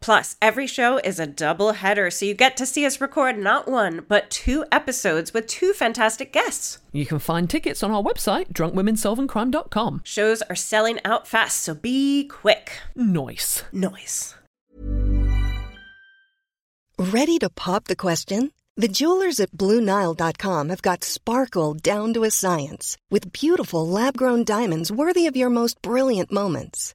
Plus, every show is a double header, so you get to see us record not one, but two episodes with two fantastic guests. You can find tickets on our website, drunkwomensolvingcrime.com. Shows are selling out fast, so be quick. Nice. Noise. Ready to pop the question? The jewelers at BlueNile.com have got sparkle down to a science with beautiful lab grown diamonds worthy of your most brilliant moments.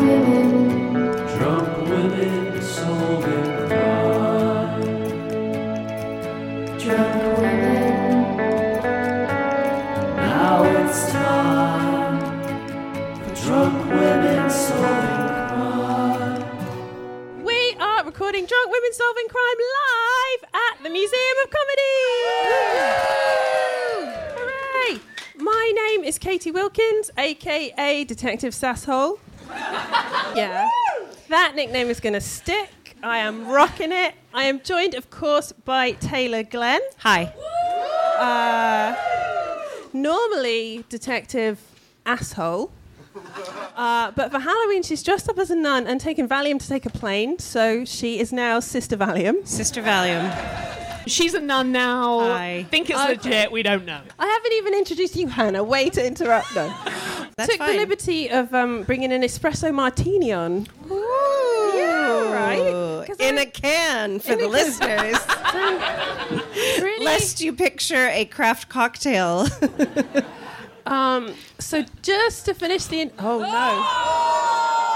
women, Drunk women solving crime. drunk women, Now it's time for drunk women solving crime. We are recording Drunk Women Solving Crime live at the Museum of Comedy. Hooray! My name is Katie Wilkins, aka Detective Sasshole. Yeah. That nickname is going to stick. I am rocking it. I am joined, of course, by Taylor Glenn. Hi. Uh, normally, Detective Asshole. Uh, but for Halloween, she's dressed up as a nun and taken Valium to take a plane, so she is now Sister Valium. Sister Valium. She's a nun now. Hi. Think it's legit. We don't know. I haven't even introduced you, Hannah. Way to interrupt, though. Took fine. the liberty of um, bringing an espresso martini on. Ooh. Yeah, right? 'Cause In I- a can for In the a can. listeners, Really? lest you picture a craft cocktail. Um, so just to finish the. In- oh no.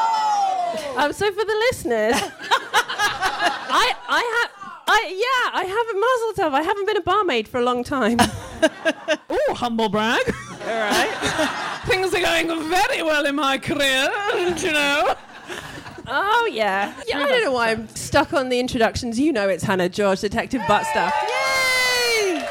Um, so for the listeners, I I have. I, yeah, I haven't muzzled tov. I haven't been a barmaid for a long time. Oh, humble brag. All right. Things are going very well in my career, you know. oh yeah. yeah I don't know why I'm stuck on the introductions. You know it's Hannah George, Detective Buttstuff. Yay!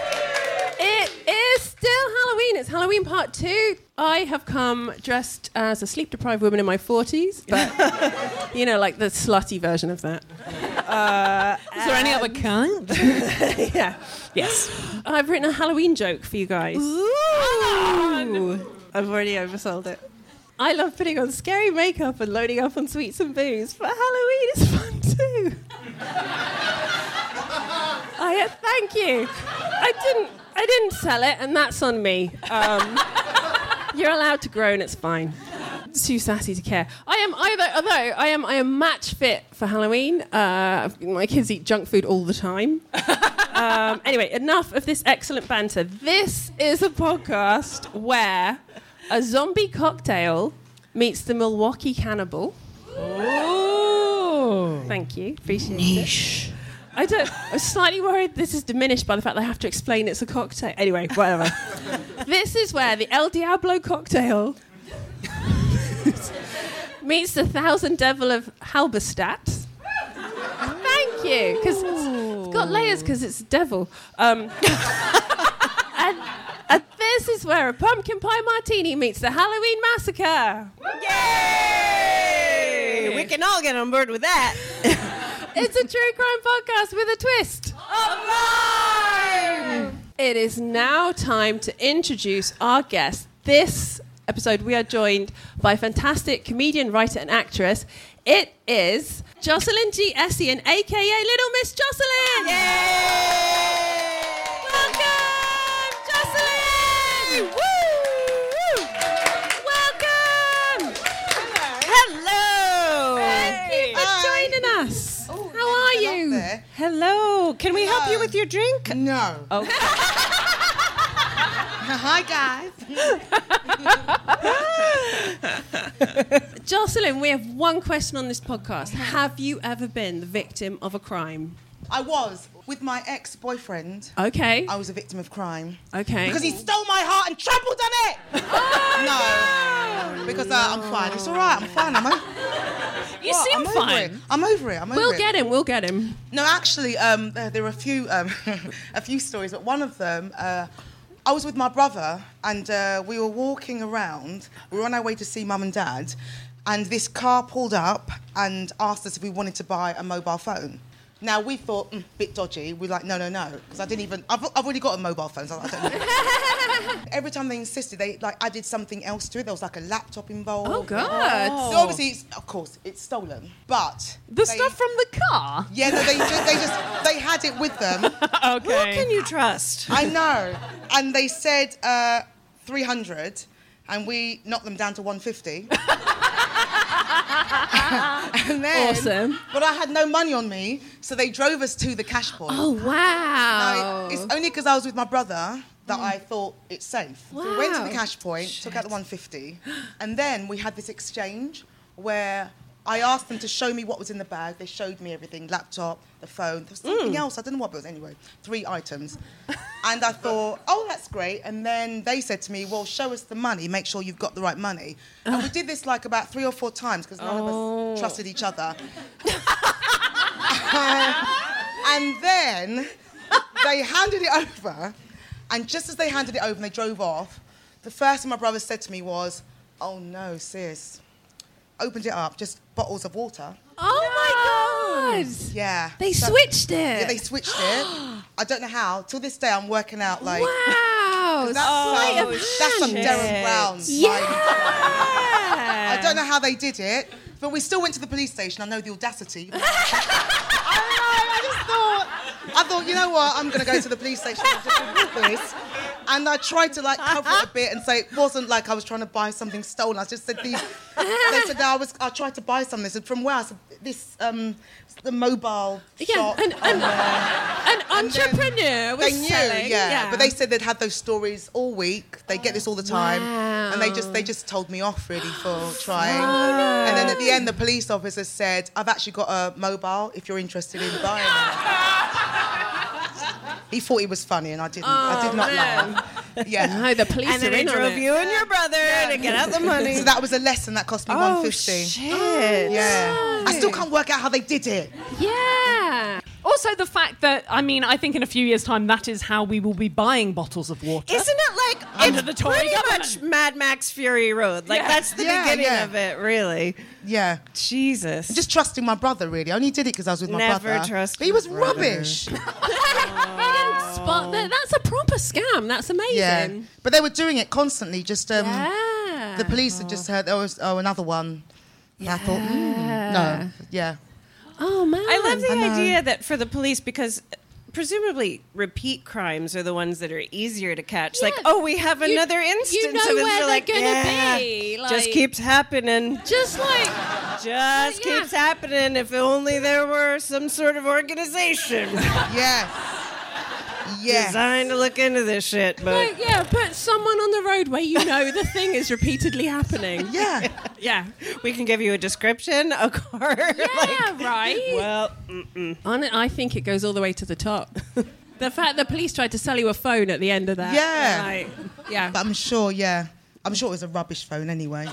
It is still Halloween. It's Halloween part two. I have come dressed as a sleep deprived woman in my 40s, but you know, like the slutty version of that. Uh, Is there any other kind? yeah. Yes. I've written a Halloween joke for you guys. I've already oversold it. I love putting on scary makeup and loading up on sweets and booze, but Halloween is fun too. I, uh, thank you. I didn't. I didn't sell it, and that's on me. Um, you're allowed to groan. It's fine. Too sassy to care. I am either. Although I am. I am match fit for Halloween. Uh, my kids eat junk food all the time. Um, anyway, enough of this excellent banter. This is a podcast where a zombie cocktail meets the Milwaukee cannibal. Oh. Thank you. Appreciate it. I don't. I'm slightly worried this is diminished by the fact that I have to explain it's a cocktail. Anyway, whatever. this is where the El Diablo cocktail meets the Thousand Devil of Halberstadt. Thank you, because it's got layers because it's devil. Um, and, and this This is where a pumpkin pie martini meets the Halloween massacre. Yay! We can all get on board with that. It's a true crime podcast with a twist. It is now time to introduce our guest. This episode, we are joined by fantastic comedian, writer, and actress. It is Jocelyn G. Essien, aka Little Miss Jocelyn. Welcome, Jocelyn. Woo! Welcome. Hello. Thank you for joining us. How are you? Hello. Can we help you with your drink? No. Oh. Hi, guys. Jocelyn, we have one question on this podcast. Uh-huh. Have you ever been the victim of a crime? I was with my ex boyfriend. Okay. I was a victim of crime. Okay. Oh, Because he stole my heart and trampled on it! Oh, no. Because uh, I'm fine. It's all right. I'm fine. I'm, o- you what? seem I'm over it. fine. I'm over it. I'm over We'll it. get him. We'll get him. No, actually, um, there, there were a few um, a few stories, but one of them, uh, I was with my brother, and uh, we were walking around. We were on our way to see mum and dad, and this car pulled up and asked us if we wanted to buy a mobile phone. Now we thought, mm, bit dodgy. We're like, no, no, no, because I didn't even. I've, I've already got a mobile phone. So I don't know. Every time they insisted, they like added something else to it. There was like a laptop involved. Oh, God. So obviously, it's, of course, it's stolen. But The they- stuff from the car. yeah, no, they, ju- they just they had it with them. Who can you trust? I know, and they said uh, 300, and we knocked them down to 150. and then, Awesome. But I had no money on me, so they drove us to the cash point. Oh, Now, wow. it's only because I was with my brother that I thought it's safe. So we went to the Wow. cash point, took out the 150, and then we had this exchange where I asked them to show me what was in the bag. They showed me everything laptop, the phone, there was something Mm. else. I don't know what it was anyway, three items. and I thought, oh, that's great. And then they said to me, well, show us the money, make sure you've got the right money. And we did this like about three or four times because none Oh. of us trusted each other. And then they handed it over, and just as they handed it over and they drove off, the first thing my brother said to me was, Oh no, sis. Opened it up, just bottles of water. oh, my God. Yeah. They So- switched it. Yeah, they switched it. I don't know how. Till this day, I'm working out like. Wow. That's, sleight some, of that's some hand. Darren Brown. Like, Yeah. I don't know how they did it, but we still went to the police station. I know the audacity. I don't know. I just thought, I thought, you know what? I'm going to go to the police station and just report this. And I tried to like cover it a bit and say it wasn't like I was trying to buy something stolen. I just said these. They said I was. I tried to buy some of this, and from where I said this um, the mobile Yeah, shop. an, an, an entrepreneur was They knew, selling. yeah. But they said they'd had those stories all week. They get this all the time, and they just they just told me off really for trying. And then at the end, the police officer said, "I've actually got a mobile. If you're interested in buying it." He thought he was funny, and I didn't. Oh, I did not man. laugh. Yeah. No, the police And then are they in on drove it. you and your brother to get out the money. So that was a lesson that cost me oh, 150. shit. Yeah. I still can't work out how they did it. Yeah. Also, the fact that, I mean, I think in a few years' time, that is how we will be buying bottles of water. Isn't it like Under it's the Tory pretty much government. Mad Max Fury Road? Like Yeah. that's the Yeah, beginning yeah. of it, really. Yeah. Jesus. Just trusting my brother, really. I only did it because I was with my Never brother. trust He your was brother. rubbish. They didn't spot that. That's a proper scam. That's amazing. Yeah, but they were doing it constantly. Just um, Yeah. the police had just heard there was oh another one. And I thought mm, no, yeah, Oh man. I love the idea that for the police, because presumably repeat crimes are the ones that are easier to catch. Like, Yeah. oh, we have You- another you instance know of it. where They're they're like, gonna yeah, be, just like- keeps happening, Just like just yeah. keeps happening. If only there were some sort of organization yes, yes. designed to look into this shit. But Like, yeah, put someone on the road where you know the thing is repeatedly happening. Yeah, Yeah. we can give you a description, a car. Yeah, right. well, On it, I think it goes all the way to the top. the fact the police tried to sell you a phone at the end of that. Yeah. Like, yeah. but I'm sure. Yeah, I'm sure it was a rubbish phone anyway.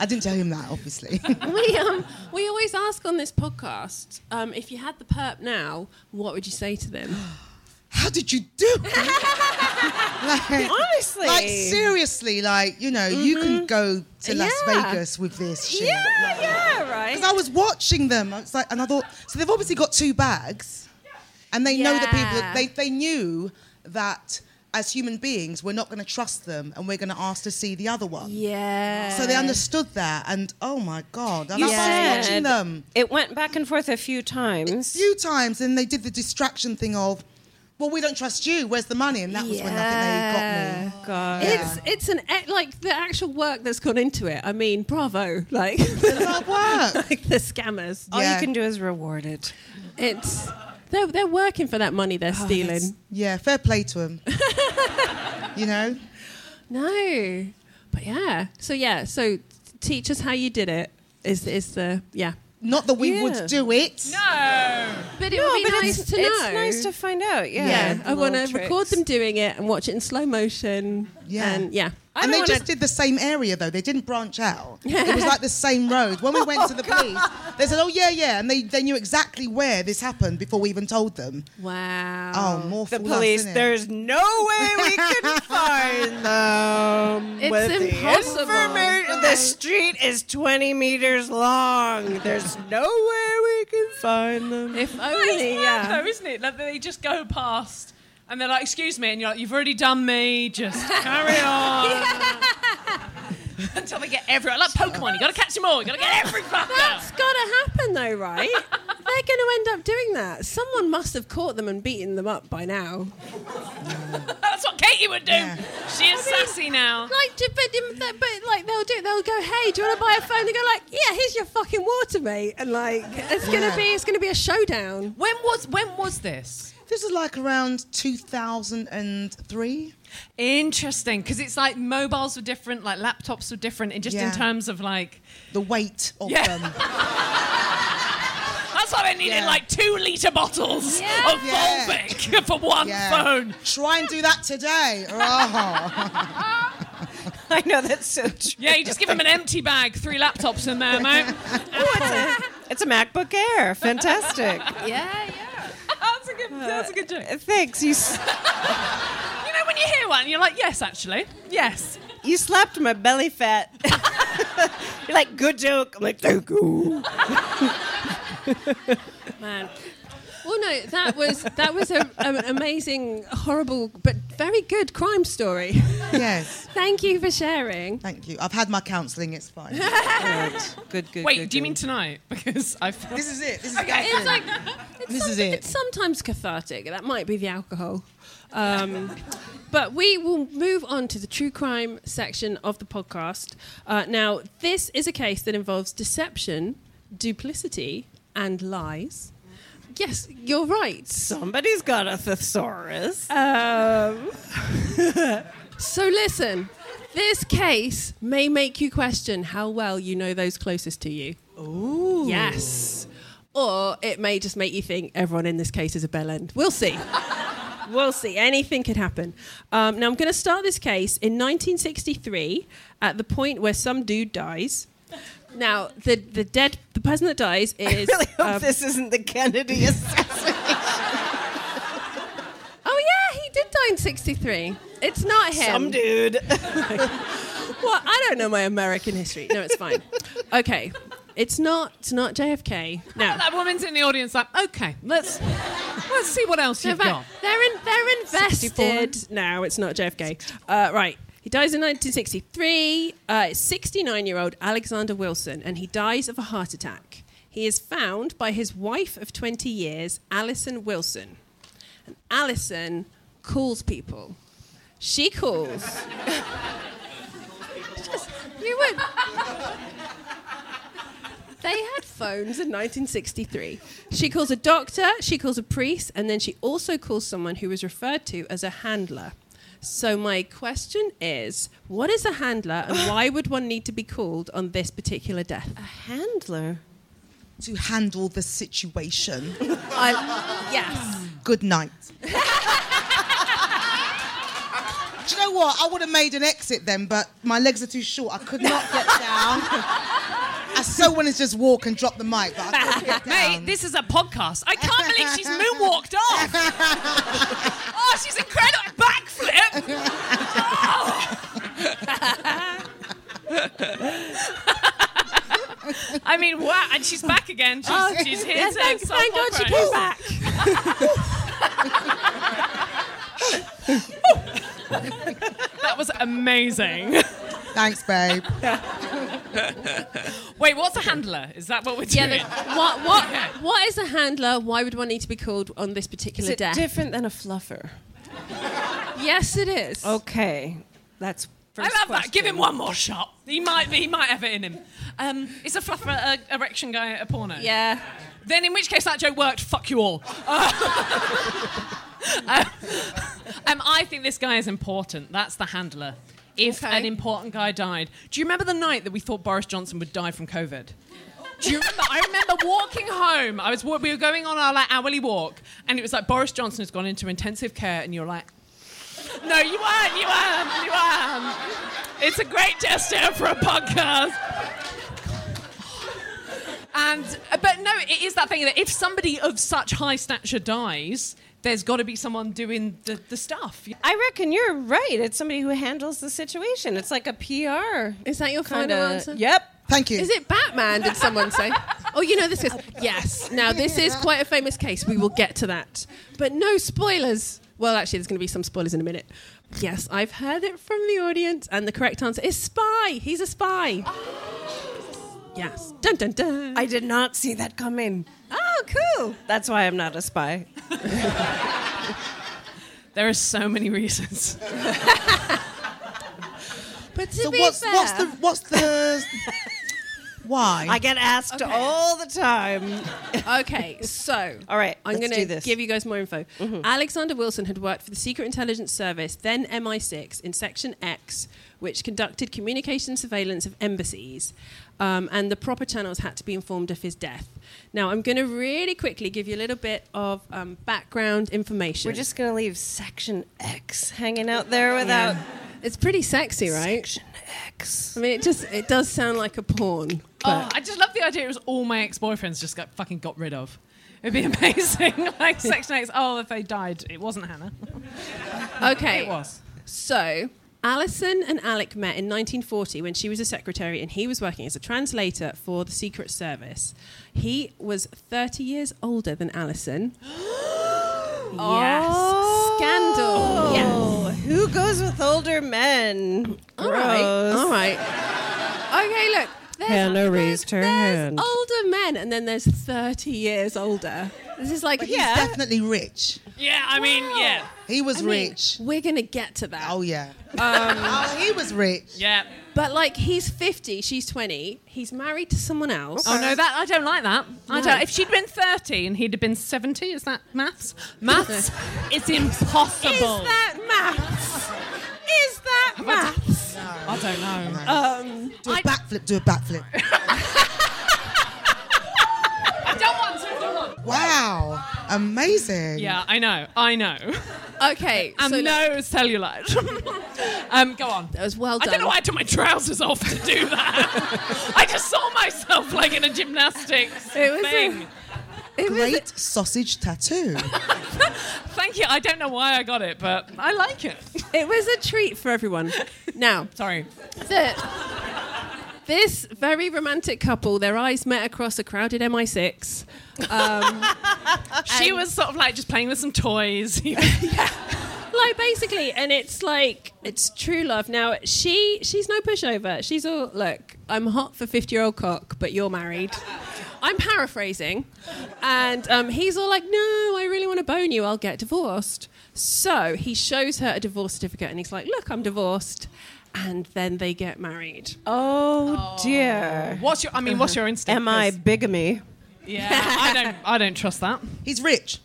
I didn't tell him that, obviously. we um we always ask on this podcast um, if you had the perp now, what would you say to them? how did you do it? like, Honestly. Like, seriously, like, you know, you can go to Las Mm-hmm. Yeah. Vegas with this shit. Yeah, yeah, right. Because I was watching them, I was like, and I thought, so they've obviously got two bags, and they know that people, Yeah. they, they knew that as human beings, we're not going to trust them, and we're going to ask to see the other one. Yeah. So they understood that, and oh my god, and You I was watching said them It went back and forth a few times. a few times, and they did the distraction thing of, well, we don't trust you. Where's the money? And that was when I think they got me. God. It's it's an e- like the actual work that's gone into it. I mean, bravo! Like Hard work. like the scammers. All Yeah. you can do is reward it. It's they're they're working for that money they're stealing. Yeah, fair play to them. you know, No, but yeah. So yeah. So t- teach us how you did it. Is is the yeah. not that we Yeah. would do it. Uh, Oh, But it would be nice it's, to know. it's nice to find out. Yeah, yeah, I the want to little record tricks. them doing it and watch it in slow motion. Yeah. and yeah. I and they don't just wanna- did the same area though. They didn't branch out. it was like the same road. When we went to the police, they said, "Oh yeah, yeah," and they, they knew exactly where this happened before we even told them. Wow. Oh, more The fool us, police. innit? There's no way we can find them. It's with the impossible. informa- The street is 20 meters long. There's no way we can find them. If only, yeah. though, isn't it? Like they just go past and they're like, "Excuse me," and you're like, "You've already done me. Just carry on." Until they get everyone, like Pokemon, you gotta catch them all. You gotta get every That's fucker. gotta happen though, right? They're gonna end up doing that. Someone must have caught them and beaten them up by now. That's what Katie would do. Yeah. She is sassy now. Like, j- but, but, but like they'll do. They'll go, "Hey, do you want to buy a phone?" They go, "Like, yeah, here's your fucking water, mate." And like, it's gonna Yeah. be, it's gonna be a showdown. When was when was this? This is like around 2003. Interesting, because it's like mobiles were different, like laptops were different, and just in Yeah. terms of like The weight of Yeah. them. that's why they needed Yeah. like two liter bottles of Yeah. Volvic for one Yeah. phone. Try and do that today. Oh. I know that's so true. Yeah, you just give them an empty bag, three laptops um, in there, mate. It's a MacBook Air. Fantastic. Uh, Yeah, yeah. that's a good. That's a good joke. Thanks. You s- You know when you hear one, you're like, yes, actually, yes. you slapped my belly fat. You're like, good joke. I'm like, thank you. Man. Well, no, that was that was a, an amazing, horrible, but very good crime story. yes. Thank you for sharing. Thank you. I've had my counselling. It's fine. Good, good. Wait, good, do you mean good. tonight? Because I. feel- this is it. This is It's like it's This is some- it. It's sometimes cathartic. That might be the alcohol. Um, but we will move on to the true crime section of the podcast. Uh, now, this is a case that involves deception, duplicity, and lies. Yes, you're right. somebody's got a thesaurus? Um, so listen, this case may make you question how well you know those closest to you. Ooh. Yes. Or it may just make you think everyone in this case is a bell end. We'll see. we'll see. Anything could happen. Um, now I'm going to start this case in 1963 at the point where some dude dies. Now the the dead the person that dies is really hope um, this isn't the Kennedy assassination. oh yeah he did die in 63. It's not him. Some dude. Well, I don't know my American history. No, it's fine. Okay. It's not it's not JFK. No. That woman's in the audience, like, okay, let's let's see what else They're, you've got. they're, in, they're invested. No, it's not JFK. Uh, right. He dies in 1963. Uh, it's 69 year old Alexander Wilson, and he dies of a heart attack. He is found by his wife of 20 years, Alison Wilson. And Alison calls people. She calls. Just- you would. They had phones in 1963. She calls a doctor, she calls a priest, and then she also calls someone who was referred to as a handler. So, my question is what is a handler and why would one need to be called on this particular death? Handler. to handle the situation. I, yes. Good night. Do you know what? I would have made an exit then, but my legs are too short. I could not get down. I so want to just walk and drop the mic, but I couldn't get down. Mate, this is a podcast. I can't believe she's moonwalked off. oh, she's incredible. Backflip. Oh. I mean, wow. And she's back again. She's, she's here Yeah, to Oh. thank, solve thank our God she crimes. came back. That was amazing. Thanks, babe. Wait, what's a handler? Is that what we're Yeah, doing? there's- what, what, what is a handler? Why would one need to be called on this particular Is it death? different than a fluffer? yes, it is. Oh. Okay, that's. I love that. Give him one more shot. He might be. He might have it in him. Um, is a fluffer a erection guy at a porno? Yeah. Then in which case that joke worked. Fuck you all. Uh, um, I think this guy is important. That's the handler. If Okay. an important guy died, do you remember the night that we thought Boris Johnson would die from COVID? Do you remember? I remember walking home. I was wa- we were going on our like hourly walk, and it was like Boris Johnson has gone into intensive care, and you're like, no, you weren't. You weren't. You weren't. It's a great gesture for a podcast. And but no, it is that thing that if somebody of such high stature dies, there's got to be someone doing the, the stuff. I reckon you're right. It's somebody who handles the situation. It's like a PR. Is that your kinda- final answer? Yep. Thank you. Is it Batman? Did someone say? Oh, you know this is yes. Now this is quite a famous case. We will get to that, but no spoilers. Well, actually, there's going to be some spoilers in a minute. Yes, I've heard it from the audience, and the correct answer is spy. He's a spy. Yes. Dun dun dun. I did not see that coming. oh, cool. That's why I'm not a spy. There are so many reasons. But to So be what's, fair, what's the what's the why? I get asked all the time. Okay, so All right, I'm let's going do to this. Mm-hmm. give you guys more info. Alexander Wilson had worked for the Secret Intelligence Service, then MI6, in Section X, which conducted communication surveillance of embassies, um, and the proper channels had to be informed of his death. Now, I'm going to really quickly give you a little bit of um, background information. We're just gonna leave Section X hanging out there without it's pretty sexy, right? Section X. I mean, it just it does sound like a porn. Oh, I just love the idea. It was all my ex-boyfriends just got fucking got rid of. It'd be amazing. like Section X. Oh, if they died, it wasn't Hannah. Okay. Oh, It was. So, Alison and Alec met in 1940 when she was a secretary and he was working as a translator for the Secret Service. He was 30 years older than Alison. yes. Scandal. Yes. Who goes with older men? All right. All right. Okay, look. There's, Hannah there's- raised her there's hand. older men, and then there's 30 years older. This is like, But he's yeah. definitely rich. Yeah, I mean, Wow. yeah, He was I mean, um, rich. we're going to get to that. oh yeah. oh, he was rich. yeah. But like he's 50, she's 20, he's married to someone else. Oh no, that I don't like that. I No. don't. If she'd been thirty and he'd have been seventy, is that maths? Maths. it's impossible. Is that maths? Is that maths? I don't know. Do a backflip. Do a backflip. I don't want to. Don't want. Wow. Amazing. Yeah, I know. I know. Okay, And so no cellulite. um, go on. that was well I done. don't know why I took my trousers off to do that. I just saw myself like in a gymnastics It was a- thing. It was- Great sausage tattoo. Thank you. I don't know why I got it, but I like it. it was a treat for everyone. Now, Sorry. the, this very romantic couple, their eyes met across a crowded MI6. She Um, was sort of like just playing with some toys. yeah. Like basically, and it's like it's true love. Now she she's no pushover. She's all look. I'm hot for fifty year old cock, but you're married. I'm paraphrasing, and um, he's all like, "No, I really want to bone you. I'll get divorced." So he shows her a divorce certificate, and he's like, "Look, I'm divorced." And then they get married. Oh dear. What's your? I mean, uh-huh. what's your instinct? Am I 'Cause- bigamy? Yeah. I don't. I don't trust that. He's rich.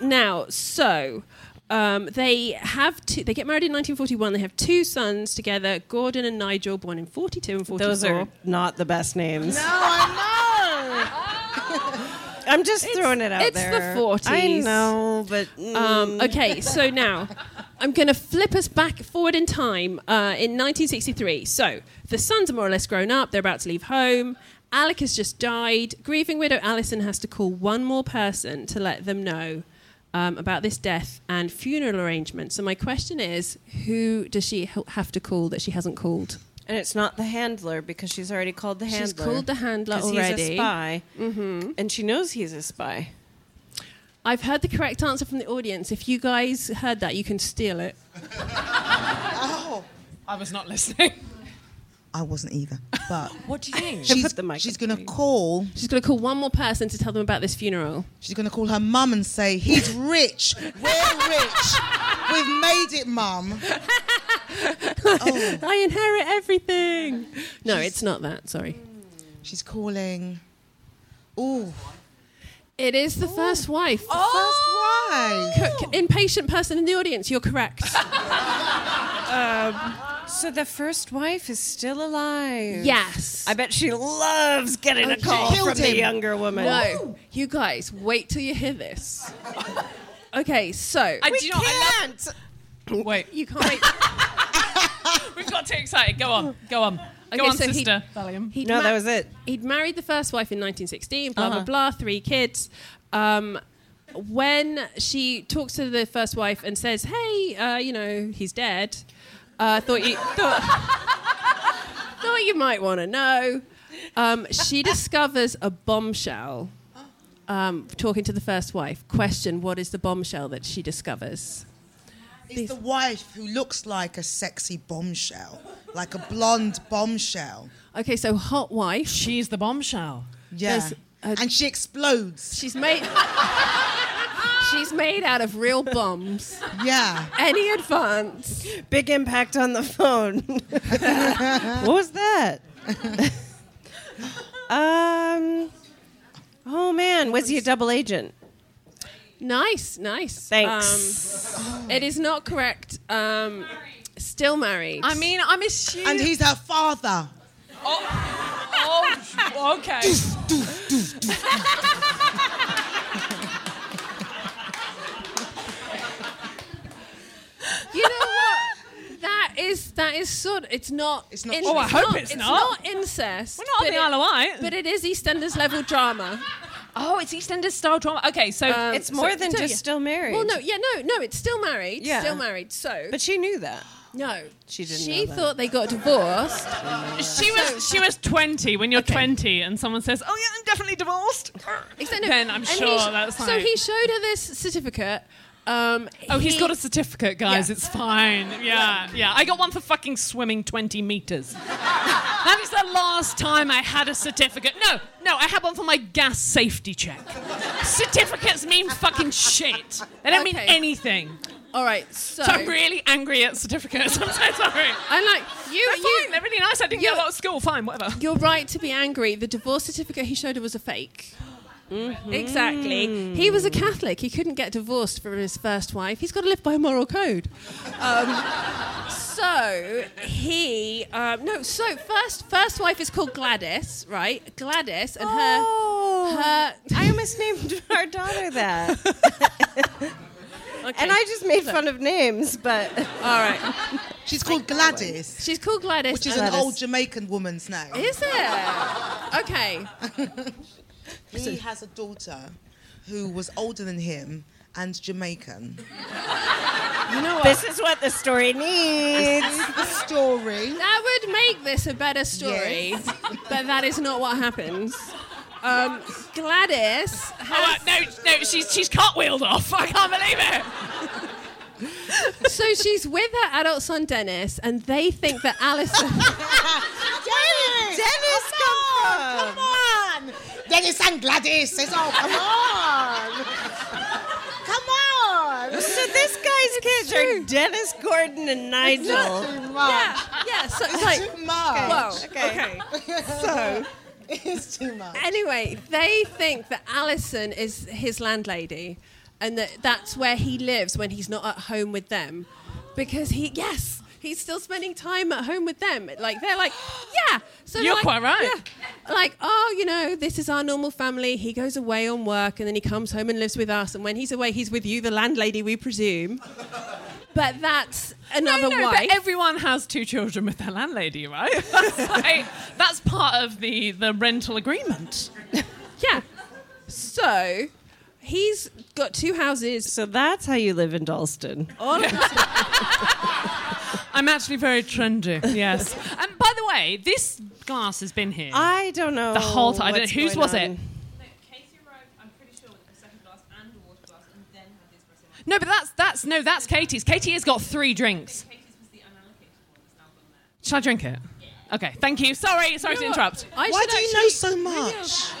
Now, so um, they have two, they get married in 1941. They have two sons together, Gordon and Nigel, born in 42 and 44. Oh, Those are not the best names. No, I know. I'm just throwing it out it's there. the 40s. I know, but mm, Um, okay, so now I'm going to flip us back forward in time uh, in 1963. So the sons are more or less grown up, they're about to leave home. Alec has just died. Grieving widow Alison has to call one more person to let them know um, about this death and funeral arrangements. So my question is who does she h- have to call that she hasn't called? and it's not the handler because she's already called the handler. She's called the handler 'Cause He's already. a spy, Mm-hmm. and she knows he's a spy. I've heard the correct answer from the audience. If you guys heard that, you can steal it. I was not listening. Oh. I wasn't either. But What do you think? she's, she's going to call. She's going to call one more person to tell them about this funeral. She's going to call her mum and say, he's rich. We're rich. We've made it, mum. I inherit everything. No, it's not that. Sorry. She's calling. Ooh. It is the first wife. Oh! First wife. C- c- impatient person in the audience, you're correct. Um, so the first wife is still alive. Yes. I bet she loves Oh, getting a call killed from the him. younger woman. No, you guys, wait till you hear this. Okay, so I do not. I love, wait, you can't wait. we've got too excited. Go on, go on, go Okay, on, so he- sister. Valium. He'd No, ma- that was it. He'd married the first wife in 1916. Blah blah blah. Three kids. Um, when she talks to the first wife and says, "Hey, uh, you know, he's dead," uh, thought you thought, thought you might want to know. Um, she discovers a bombshell. Um, talking to the first wife. Question: What is the bombshell that she discovers? It's the wife who looks like a sexy bombshell, like a blonde bombshell. Okay, so hot wife. She's the bombshell. Yeah. There's a- and she explodes. She's made. she's made out of real bombs. Yeah. Any advance? Big impact on the phone. what was that? um. Oh man, was he a double agent? Nice, nice. Thanks. Um, it is not correct. Um, still married. I mean, I'm assuming. And he's her father. oh, okay. you know what? That is that is sort. It's not. It's not- in- Oh, I hope not- it's not. incest. We're not on but the it- Isle of Wight. But it is EastEnders level drama. oh, it's EastEnders style drama. Okay, so Um, It's more than so, just yeah. still married. Well, no, yeah, no, no. It's still married. Yeah. Still married. So, but she knew that. no, She didn't She know that. thought they got divorced. she was she was 20 when you're 20 and someone says, "Oh yeah, I'm definitely divorced." Except no- then I'm and he sure sh- that's so. like- He showed her this certificate. Um, Oh, he's he- got a certificate, guys. Yeah. It's fine. Yeah, yeah. I got one for fucking swimming 20 meters. that is the last time I had a certificate. No, no, I had one for my gas safety check. Certificates mean fucking shit. They don't mean Okay. anything. All right, so, So I'm really angry at certificates. I'm so sorry. I'm like you. They're you fine. They're really nice. I didn't get a you- lot at school. Fine, whatever. You're right to be angry. The divorce certificate he showed her was a fake. Mm-hmm. Exactly. He was a Catholic. He couldn't get divorced from his first wife. He's got to live by a moral code. Um, so he um, no. So first first wife is called Gladys, right? Gladys and her her. Oh, I almost named our daughter that. Okay. And I just made fun of names, but all right. She's called Gladys, She's called Gladys. which is and- an old Jamaican woman's name. Is it? Okay. He has a daughter who was older than him and Jamaican. this is what the story needs. The story. That would make this a better story, Yes. but that is not what happens. Um, Gladys, Oh, uh, no, no, she's she's cartwheeled off. I can't believe it. so she's with her adult son Dennis, and they think that Alison. Dennis! Dennis, come Come on! Dennis and Gladys says, oh, come on! Come on! So this guy's kids are Dennis Gordon and Nigel. Too much. yeah, yeah. So it's like, Too much. whoa, Okay. So. It's too much. Anyway, they think that Alison is his landlady and that that's where he lives when he's not at home with them because he, yes, he's still spending time at home with them. Like they're like, yeah. So You're like, quite right. yeah. Like, oh, you know, this is our normal family. He goes away on work and then he comes home and lives with us. And when he's away, he's with you, the landlady, we presume. But that's another no, no, wife. But everyone has two children with their landlady, right? That's, like- that's part of the, the rental agreement. yeah. So he's got two houses. So that's how you live in Dalston. Oh. On I'm actually very trendy. Yes. And by the way, this glass has been here I don't know. the whole time. I don't what's know whose going was on. it. No, but that's that's no, that's Katie's. Katie has got three drinks. Shall I drink it? Okay, thank you. Sorry, sorry to interrupt. I Why should do you actually- know so much?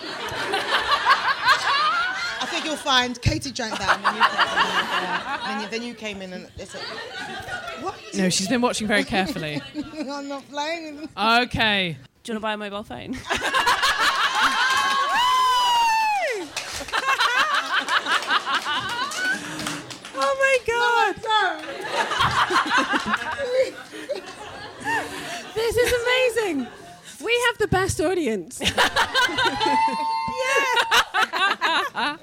I think you'll find Katie drank that, and then you came in, and then you, then you came in and it's like, what? No, she's been watching very carefully. I'm not playing. with- Okay. Do you want to buy a mobile phone? Oh my god. This is amazing. We have the best audience. yeah.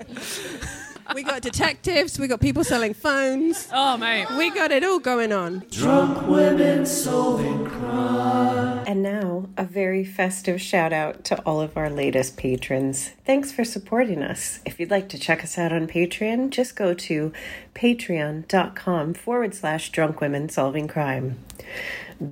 we got detectives, we got people selling phones. Oh mate. We got it all going on. Drunk women solving crime. And now, Oh, a very festive shout out to all of our latest patrons. Thanks for supporting us. If you'd like to check us out on Patreon, just go to patreon.com forward slash drunk women solving crime.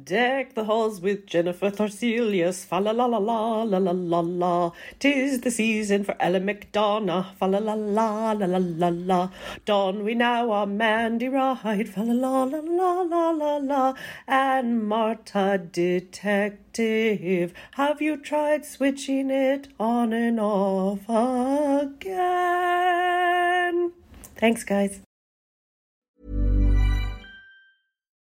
Deck the halls with Jennifer Tharselius, fa la la la la la la la la. Tis the season for Ella McDonough, fa la la la la la la la. Don we now are Mandy Wright, fa la la la la la la la. And Marta Detective, have you tried switching it on and off again? Thanks, guys.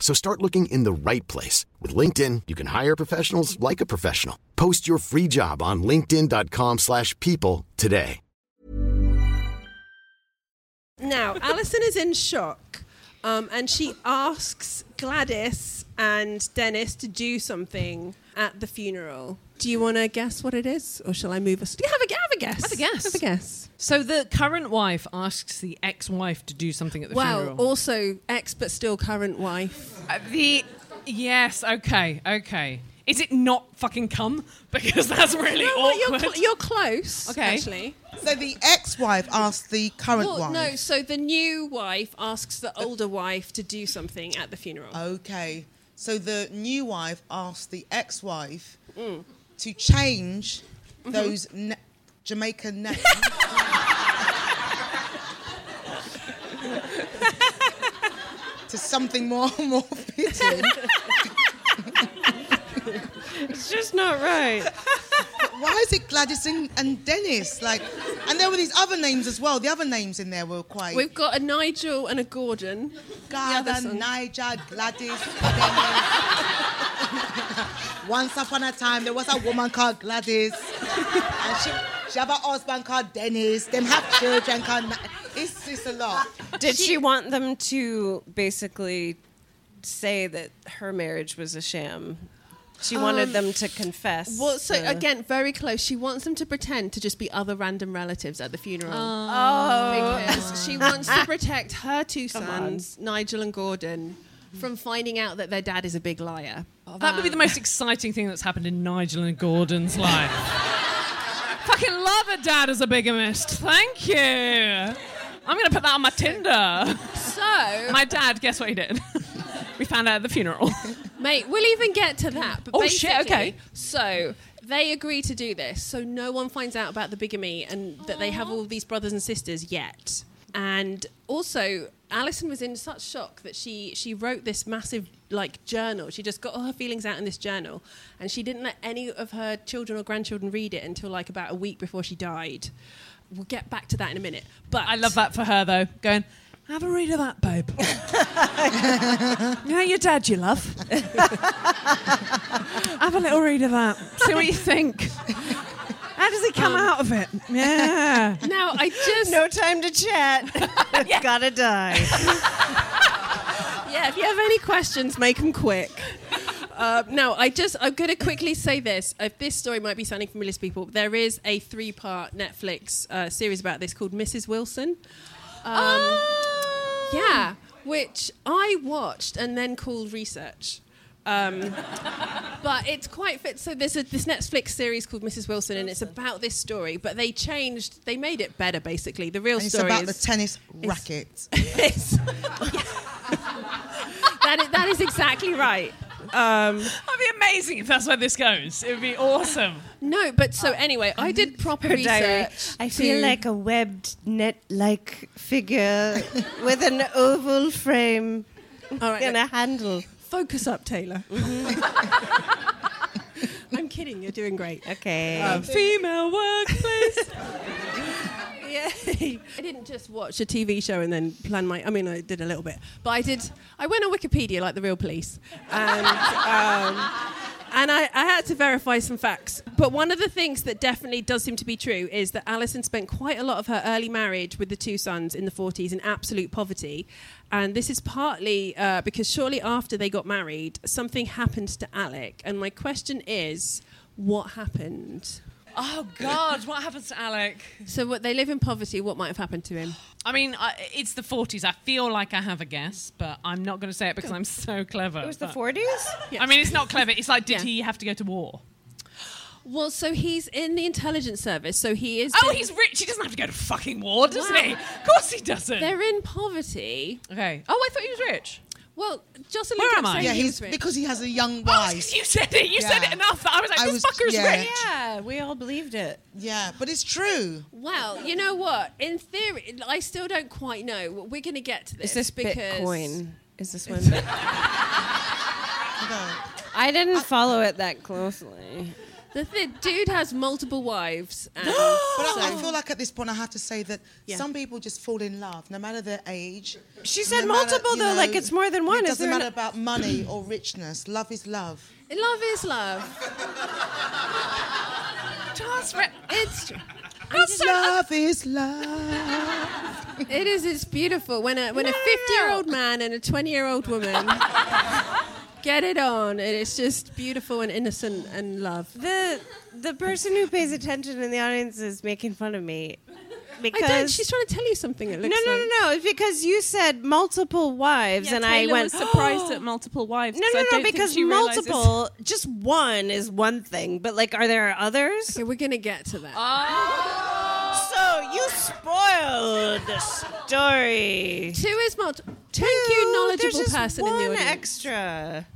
So start looking in the right place. With LinkedIn, you can hire professionals like a professional. Post your free job on linkedin.com/people slash people today. Now, Alison is in shock um, and she asks Gladys and Dennis to do something at the funeral. Do you want to guess what it is or shall I move us? Do you have a, have a guess? Have a guess. Have a guess. So the current wife asks the ex-wife to do something at the Wow, funeral. also ex but still current wife. Uh, the yes, okay, okay. Is it not fucking cum? Because that's really No, well, awkward. You're, cl- you're close, Okay. actually. So the ex-wife asked the current Well, wife. no, so the new wife asks the older wife to do something at the funeral. Oh, Okay. So the new wife asked the ex-wife to change those na- Jamaican names. To something more more fitting. It's just not right. Why is it Gladys and, and Dennis? Like, and there were these other names as well. The other names in there were quite. We've got a Nigel and a Gordon. Gada, song. Niger, Gladys, Dennis. Once upon a time, there was a woman called Gladys, and she, she have a husband called Dennis. Them have children called. Na- it's it's a lot. Did she, want them to basically say that her marriage was a sham? She wanted Um, them to confess. Well, so the- again, very close. She wants them to pretend to just be other random relatives at the funeral. Oh. Because she wants to protect her two Come on. sons, Nigel and Gordon, from finding out that their dad is a big liar. That um, would be the most exciting thing that's happened in Nigel and Gordon's life. Fucking love a dad as a bigamist. Thank you. I'm going to put that on my Tinder. So- My dad, guess what he did? we found out at the funeral. Mate, we'll even get to that. But Oh, shit, basically- okay. So they agree to do this, so no one finds out about the bigamy and that they have all these brothers and sisters yet. And also, Alison was in such shock that she she wrote this massive like journal. She just got all her feelings out in this journal, and she didn't let any of her children or grandchildren read it until like about a week before she died. We'll get back to that in a minute. But I love that for her though. Going, have a read of that, babe. you know your dad you love. Have a little read of that. See what you think. How does he come out of it? Yeah. Now I just no time to chat. It's gotta die. yeah, if you have any questions, make them quick. Uh, no, I just I'm going to quickly say this. If this story might be sounding familiar to people, there is a three-part Netflix uh, series about this called Mrs. Wilson. Um, Oh! Yeah, which I watched and then called research. Um, but it's quite fit. So there's a, this Netflix series called Mrs. Wilson, and it's about this story. But they changed, they made it better. Basically, the real And it's story about is the tennis is- racket. Yes. that, is, that is exactly right. Um, That'd be amazing if that's where this goes. It would be awesome. no, but so anyway, I did proper Her diary. research. I feel to- like a webbed net-like figure with an oval frame right, and a look. handle. Focus up, Taylor. Mm-hmm. I'm kidding. You're doing great. Okay. Um, female workplace. Yay. I didn't just watch a TV show and then plan my. I mean, I did a little bit, but I did. I went on Wikipedia like the real police, and um, and I, I had to verify some facts. But one of the things that definitely does seem to be true is that Alison spent quite a lot of her early marriage with the two sons in the 40s in absolute poverty, and this is partly uh, because shortly after they got married, something happened to Alec. And my question is, what happened? Oh God, what happens to Alec? So what they live in poverty. What might have happened to him? I mean, I, it's the 40s. I feel like I have a guess, but I'm not going to say it because I'm so clever. It was the but- 40s? I mean, it's not clever. It's like, did Yeah. he have to go to war? Well, so he's in the intelligence service, so he is. Oh, he's rich. He doesn't have to go to fucking war, does Wow. he? Of course he doesn't. They're in poverty. Okay. Oh, I thought he was rich. Well, Jocelyn. Where kept am I? saying Yeah, he he's- was rich. because he has a young Oh, it's wife. 'cause you said it. You said it enough that I was like, this fucker's rich. Yeah, we all believed it. Yeah, but it's true. Well, you know what? In theory, I still don't quite know. We're going to get to this. Is this because Bitcoin? Is this one? I didn't follow it that closely. The, the dude has multiple wives. And but I, I feel like at this point I have to say that Yeah. some people just fall in love, no matter their age. She said multiple, you though, like it's more than one. It Is doesn't there matter an- about money or richness. Love is love. love is love. Just It's. It's love is love. It is. It's beautiful when a when a fifty year old man and a twenty year old woman get it on, and it's just beautiful and innocent and love. The the person who pays attention in the audience is making fun of me because I don't. She's trying to tell you something. It no, no, looks no, like. no. It's because you said multiple wives, Yeah, and I Taylor was went surprised at multiple wives. No, 'cause I no, don't no. think Because she realises- multiple, just one is one thing, but like, are there others? Okay, we're gonna get to Uh, that. Oh. So you spoiled the story. Two is multiple. Thank you, knowledgeable there's just person in one the audience. extra.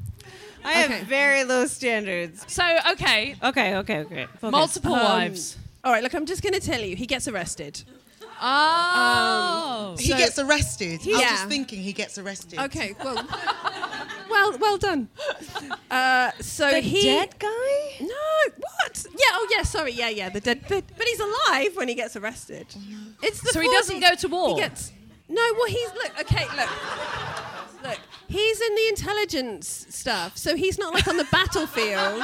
I have very low standards. So okay. Okay, okay, okay. Focus. Multiple Um, wives. All right, look, I'm just going to tell you. He gets arrested. Oh. he so- gets arrested. I was Yeah. just thinking he gets arrested. Okay, well, well, well done. Uh, so The he dead guy? No, what? Yeah, oh yeah, sorry, yeah, yeah, the dead. The, but he's alive when he gets arrested. It's the So he doesn't 40s. go to war? He gets no. Well, he's look. Okay, look. Look, he's in the intelligence stuff, so he's not like on the battlefield.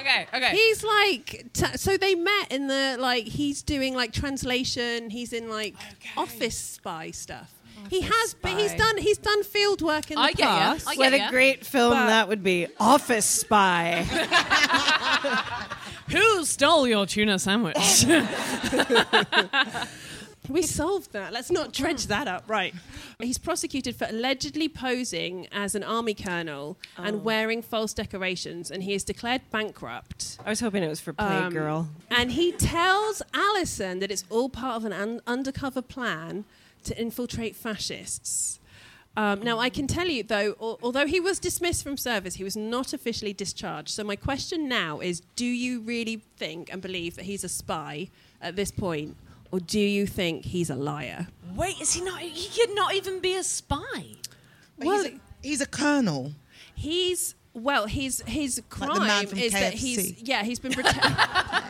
Okay, okay. He's like, t- so they met in the like. He's doing like translation. He's in like office spy stuff. he has, but he's spy. done. He's done field work in the I get ya, past. I get what a ya. great film But- that would be Office Spy. Who stole your tuna sandwich? We solved that. Let's not dredge that up. Right. He's prosecuted for allegedly posing as an army colonel Oh. and wearing false decorations, and he is declared bankrupt. I was hoping it was for Um, Playgirl. and he tells Alison that it's all part of an un- undercover plan to infiltrate fascists. Um, now, I can tell you, though, al- although he was dismissed from service, he was not officially discharged. So, my question now is do you really think and believe that he's a spy at this point, or do you think he's a liar? Wait, is he not? He could not even be a spy. Well, He's a colonel. he's. Well, his his crime the man from is that KFC. he's yeah he's been pretend-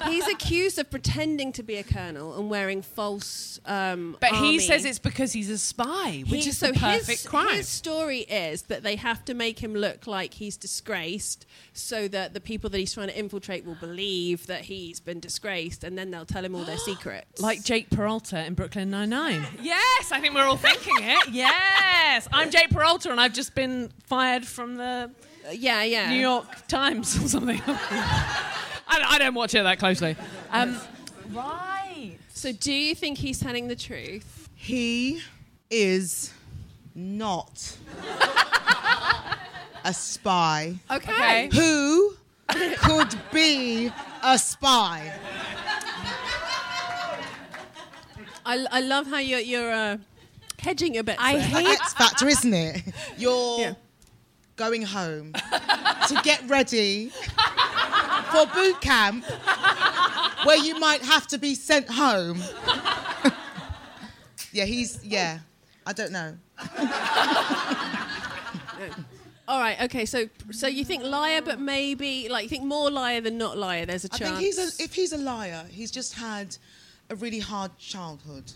he's accused of pretending to be a colonel and wearing false. Um, But he army. says it's because he's a spy, which He- is so the perfect his, crime. His story is that they have to make him look like he's disgraced, so that the people that he's trying to infiltrate will believe that he's been disgraced, and then they'll tell him all their secrets. like Jake Peralta in Brooklyn Nine Nine. yes, I think we're all thinking it. Yes, I'm Jake Peralta, and I've just been fired from the Uh, yeah, yeah. New York Times or something. I, don't- I don't watch it that closely. Um, Right. So, do you think he's telling the truth? He is not a spy. Okay. Who could be a spy? I, I love how you're, you're uh, hedging a bit. there. It's factor, isn't it? You're going home to get ready for boot camp where you might have to be sent home. yeah, he's, yeah, I don't know. All right. Okay. So, so you think liar, but maybe like you think more liar than not liar. There's a I chance. think he's a, if he's a liar, he's just had a really hard childhood.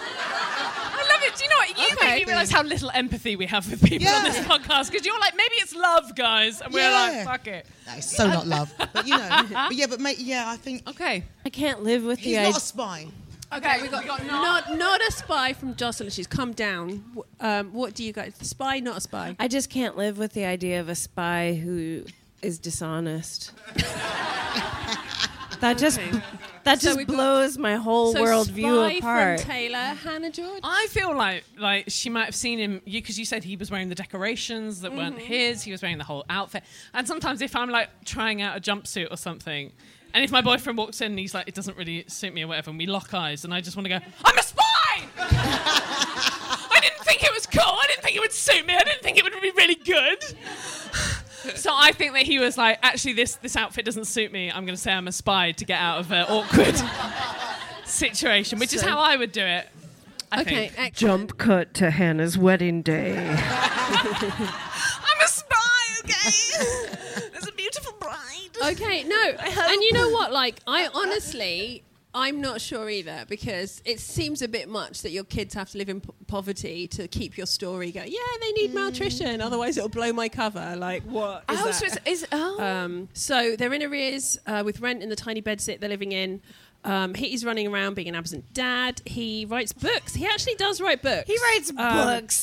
I love it. Do you know what? You Okay. make me realise how little empathy we have with people on this Yeah. podcast because you're like, maybe it's love, guys, and we're Yeah. like, fuck it. That is so not love. But you know, but yeah, but mate, yeah, I think. Okay. I can't live with He's the not id- a spy. Okay, we got, not. not a spy from Jocelyn. She's come down. W- Um, what do you guys? Spy, not a spy. I just can't live with the idea of a spy who is dishonest. that just that just blows my whole So world spy view from apart. Taylor, Hannah George. I feel like like she might have seen him because you said he was wearing the decorations that weren't Mhm. his. He was wearing the whole outfit. And sometimes if I'm like trying out a jumpsuit or something, and if my boyfriend walks in and he's like, it doesn't really suit me or whatever, and we lock eyes, and I just want to go, I'm a spy. I didn't think it was cool. I didn't think it would suit me. I didn't think it would be really good. So I think that he was like, actually, this this outfit doesn't suit me. I'm going to say I'm a spy to get out of an awkward situation, which is So- how I would do it. I Okay, think. Jump cut to Hannah's wedding day. I'm a spy, okay? There's a beautiful bride. Okay, no, and you know what? Like, I honestly, I'm not sure either because it seems a bit much that your kids have to live in po- poverty to keep your story going. Yeah, they need malnutrition, otherwise it'll blow my cover. Like, what? Is Oh, that? so it's- is- oh. Um, so they're in arrears uh, with rent in the tiny bedsit they're living in. Um, he is running around being an absent dad. He writes books. He actually does write books. He Um, writes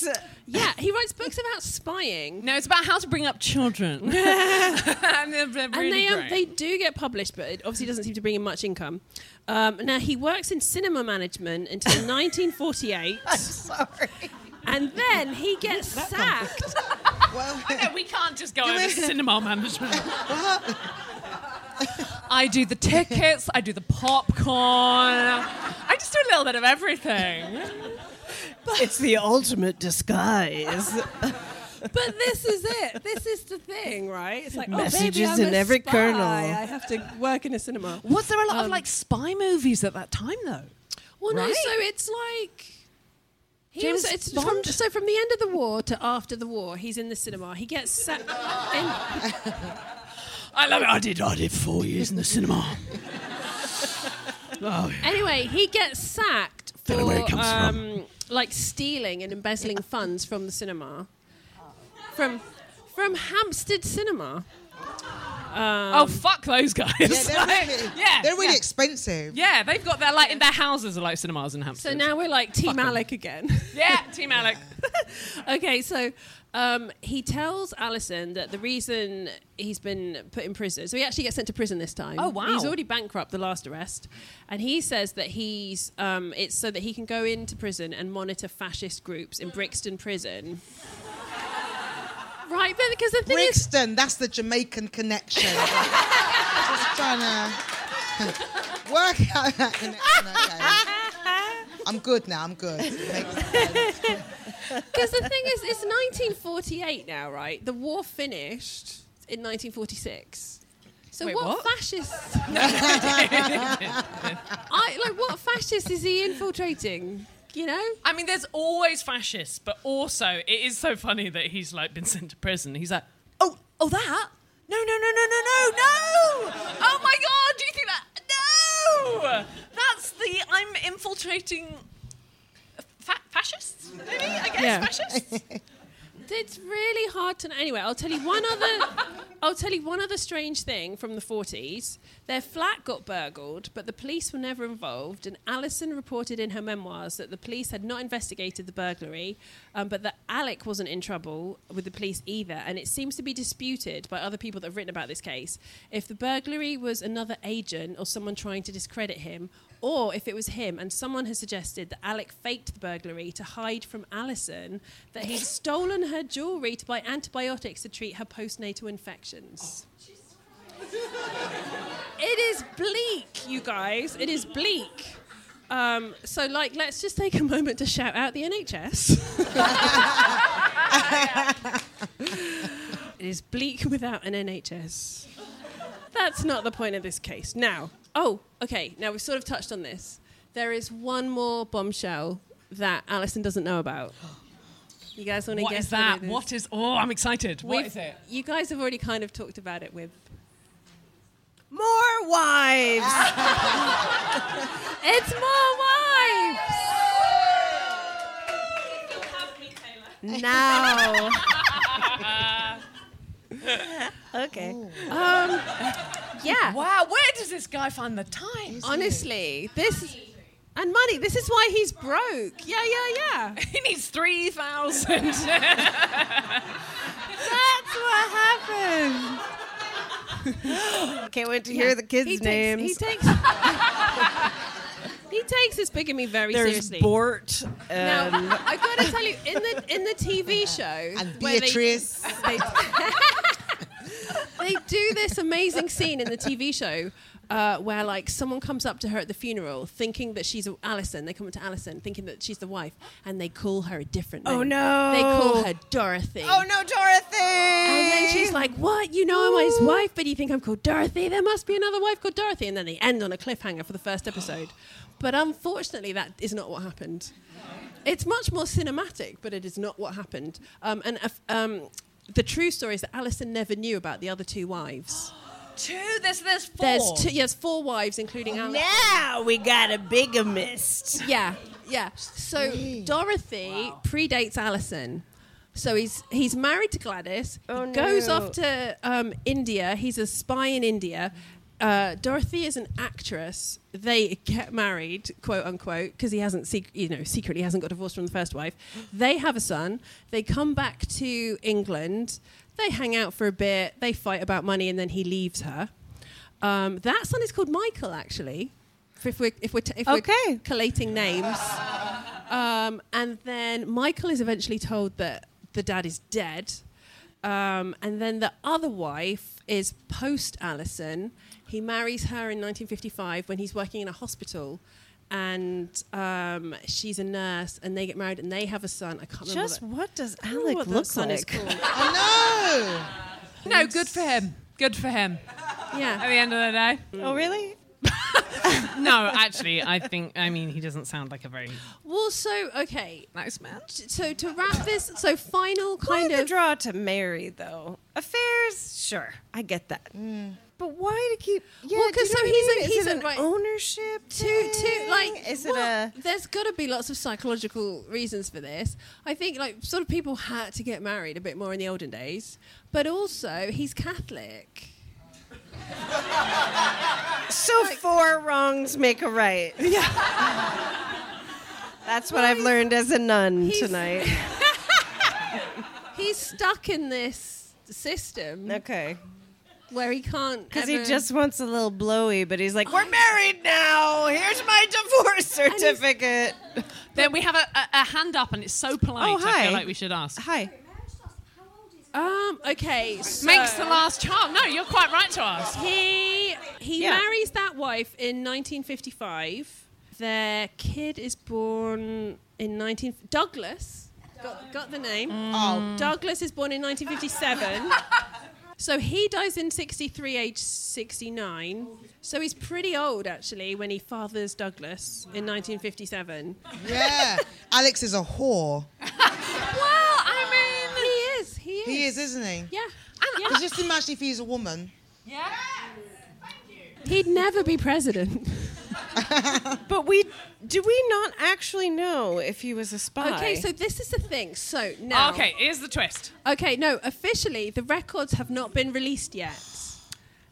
books. Yeah, he writes books about spying. No, it's about how to bring up children. and they're, they're and really they um, great. they do get published, but it obviously doesn't seem to bring in much income. Um, now he works in cinema management until 1948. I'm sorry. And then he gets sacked. well, I know, we can't just go over cinema management. I do the tickets, I do the popcorn, I just do a little bit of everything. It's the ultimate disguise. But this is it. This is the thing, right? It's like Messages oh, baby, I'm in a every spy. kernel. I have to work in a cinema. Was there a lot of Um, like spy movies at that time though? Well, no. Right? So it's like. He James was- it's Bond? from, so from the end of the war to after the war, he's in the cinema. He gets sacked. I love it. I did. I did four years in the cinema. oh, Anyway, he gets sacked Don't know where for it comes um, like stealing and embezzling funds from the cinema. from from Hampstead Cinema. oh fuck those guys! Yeah, they're really- yeah, they're really yeah. expensive. Yeah, they've got their like in their houses are like cinemas in Hampstead. So now we're like Team Alec again. yeah, Team Alec. okay, so um, he tells Alison that the reason he's been put in prison, so he actually gets sent to prison this time. Oh, wow. He's already bankrupt the last arrest, and he says that he's um, it's so that he can go into prison and monitor fascist groups in Brixton prison. Right, then, because the thing Brixton, that's the Jamaican connection. Just trying to work out that connection. Okay. I'm good now. I'm good. Because the thing is, it's 1948 now, right? The war finished in 1946. So Wait, what, what? fascist? I like what fascist is he infiltrating? You know? I mean, there's always fascists, but also it is so funny that he's like been sent to prison. He's like, oh, oh that? No, no, no, no, no, no, no! Oh my god, do you think that? No, that's the I'm infiltrating fa- fascists. Maybe I guess Yeah. fascists. It's really hard to know. Anyway, I'll tell you one other. I'll tell you one other strange thing from the 40s. Their flat got burgled, but the police were never involved. And Alison reported in her memoirs that the police had not investigated the burglary, um, but that Alec wasn't in trouble with the police either. And it seems to be disputed by other people that have written about this case if the burglary was another agent or someone trying to discredit him. Or if it was him, and someone has suggested that Alec faked the burglary to hide from Alison that he'd stolen her jewellery to buy antibiotics to treat her postnatal infections. It is bleak, you guys. It is bleak. Um, so, like, let's just take a moment to shout out the NHS. it is bleak without an NHS. That's not the point of this case. Now, oh, okay. Now we've sort of touched on this. There is one more bombshell that Alison doesn't know about. You guys want to What guess is that? What, it is? What is? Oh, I'm excited. What We've- is it? You guys have already kind of talked about it with More wives. it's more wives. Oh, Now. okay. Um, yeah. Wow, where does this guy find the time? Honestly, this and money. This is why he's broke. Yeah, yeah, yeah. he needs three thousand. That's what happened. Can't wait to Yeah. hear the kids' He takes- names. he takes. he takes his bigamy very There's seriously. Bort Now, and- I gotta tell you, in the in the TV show, and Beatrice. They, they do this amazing scene in the TV show uh, where like someone comes up to her at the funeral thinking that she's Alison. They come up to Alison thinking that she's the wife, and they call her a different name. Oh, no. They call her Dorothy. Oh no, Dorothy! And then Oh, she's like, "What? You know I'm his wife, but you think I'm called Dorothy? There must be another wife called Dorothy." And then they end on a cliffhanger for the first episode. But unfortunately, that is not what happened. It's much more cinematic, but it is not what happened. Um, and uh, um, the true story is that Alison never knew about the other two wives. Two. There's there's four. There's two, yes, four wives, including Alison. now we got a bigamist. Yeah, yeah. So Dorothy predates Alison. So he's he's married to Gladys. he goes no. off to um, India. He's a spy in India. Uh, Dorothy is an actress. They get married, quote unquote, because he hasn't, sec- you know, secretly hasn't got divorced from the first wife. They have a son. They come back to England. They hang out for a bit. They fight about money, and then he leaves her. Um, that son is called Michael, actually. If we're if we're, t- if we're collating names, um, and then Michael is eventually told that the dad is dead, um, and then the other wife is post Alison. He marries her in 1955 when he's working in a hospital. And um, she's a nurse, and they get married, and they have a son. I can't Just remember. what does I can't remember Alec what that look son is like? called. no, good for him. Good for him. Yeah. At the end of the day. Oh really? no, actually, I think I mean he doesn't sound like a very Well, so okay, nice man. So to wrap this, so final kind Why the of draw to marry though. Affairs, sure, I get that. But why to keep? Yeah, Mm. Well, do you 'cause know what so I he's a- mean? he's is it a- an right. ownership Too, too, thing? like, Is it well, a? There's got to be lots of psychological reasons for this. I think, like, sort of people had to get married a bit more in the olden days, but also he's Catholic. So four wrongs make a right. Yeah. That's what I've learned as a nun tonight. He's stuck in this system. Okay. Where he can't. Because he ever- Oh. just wants a little blowy, but he's like, We're married now. Here's my divorce certificate. Then we have a, a, a hand up, and it's so polite. Oh, I hi. feel like we should ask. Hi. Um. Okay. So Makes the last charm. No, you're quite right to ask. He he Yeah. marries that wife in 1955. Their kid is born in 19 Douglas. Got, got the name. Mm. Oh. Douglas is born in 1957. so he dies in 63, age 69. So he's pretty old actually when he fathers Douglas in 1957. Yeah. Alex is a whore. well, I mean, he is. He is. He is, isn't he? Yeah. And Yeah. just imagine if he's a woman. He'd never be president. but we do we not actually know if he was a spy? Okay, so this is the thing. So now. Okay, here's the twist. Okay, no, officially the records have not been released yet.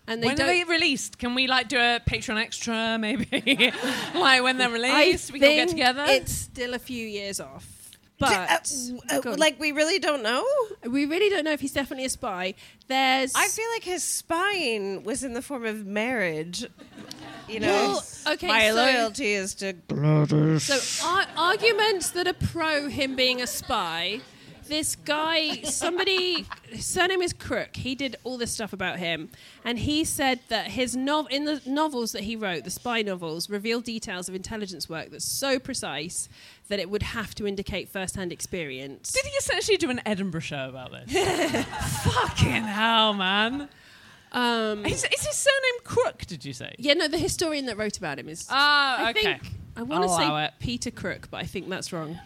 And they when don't are they released? Can we like do a Patreon extra maybe? like when they're I released, we can all get think together. It's still a few years off. But D- uh, uh, like, we really don't know. We really don't know if he's definitely a spy. There's I feel like his spying was in the form of marriage. You know, Well, okay, my so- Um, loyalty is to So ar- arguments that are pro him being a spy. This guy, somebody, his surname is Crook. He did all this stuff about him, and he said that his nov in the novels that he wrote, the spy novels, reveal details of intelligence work that's so precise that it would have to indicate first-hand experience. Did he essentially do an Edinburgh show about this? Fucking hell, man. Um, is, is his surname Crook? Did you say? Yeah, no, the historian that wrote about him is. Oh, I okay. Think, I want to I'll allow say it. Peter Crook, but I think that's wrong.